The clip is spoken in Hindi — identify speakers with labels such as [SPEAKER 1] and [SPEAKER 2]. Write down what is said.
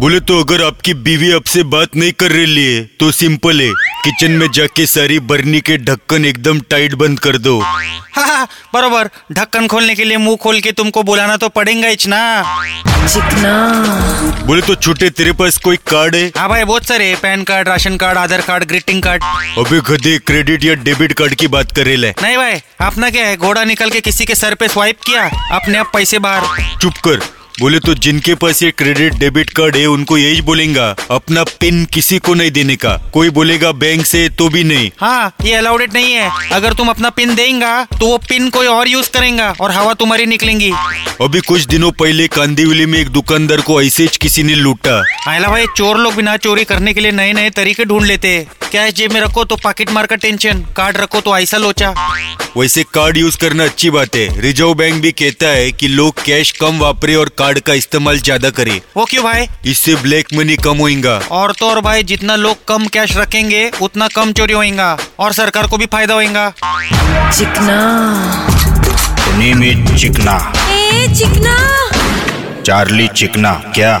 [SPEAKER 1] बोले तो अगर आपकी बीवी आपसे बात नहीं कर रही है तो सिंपल है किचन में जाके सारी बर्नी के ढक्कन एकदम टाइट बंद कर दो
[SPEAKER 2] हाँ, हाँ, बरोबर ढक्कन खोलने के लिए मुंह खोल के तुमको बुलाना तो पड़ेगा ही ना
[SPEAKER 3] चिकना
[SPEAKER 1] बोले तो छोटे तेरे पास कोई कार्ड है
[SPEAKER 2] हाँ भाई बहुत सारे हैं, PAN card ration card Aadhaar card greeting card
[SPEAKER 1] अबे गधे क्रेडिट या डेबिट कार्ड की बात कर रहे
[SPEAKER 2] नहीं भाई अपना क्या है घोड़ा निकल के किसी के सर पे स्वाइप किया अपने आप पैसे बाहर
[SPEAKER 1] चुप कर बोले तो जिनके पास ये क्रेडिट डेबिट कार्ड है उनको यही बोलेगा अपना पिन किसी को नहीं देने का कोई बोलेगा बैंक से तो भी नहीं
[SPEAKER 2] हाँ ये अलाउडेड नहीं है अगर तुम अपना पिन देंगा तो वो पिन कोई और यूज करेगा और हवा तुम्हारी निकलेंगी हाँ,
[SPEAKER 1] अभी कुछ दिनों पहले कांदीवली में एक दुकानदार को ऐसे ही किसी ने लूटा
[SPEAKER 2] आयला भाई चोर लोग बिना चोरी करने के लिए नए नए तरीके ढूंढ लेते हैं कैश जेब में रखो तो पॉकेट मार का टेंशन कार्ड रखो तो ऐसा लोचा
[SPEAKER 1] वैसे कार्ड यूज करना अच्छी बात है रिजर्व बैंक भी कहता है कि लोग कैश कम वापरे और कार्ड का इस्तेमाल ज्यादा करें
[SPEAKER 2] वो क्यों भाई
[SPEAKER 1] इससे ब्लैक मनी कम होगा
[SPEAKER 2] और तो और भाई जितना लोग कम कैश रखेंगे उतना कम चोरी होएगा और सरकार को भी फायदा होएगा
[SPEAKER 3] Chikna
[SPEAKER 4] the name is Chikna
[SPEAKER 3] a Chikna
[SPEAKER 4] Charlie Chikna क्या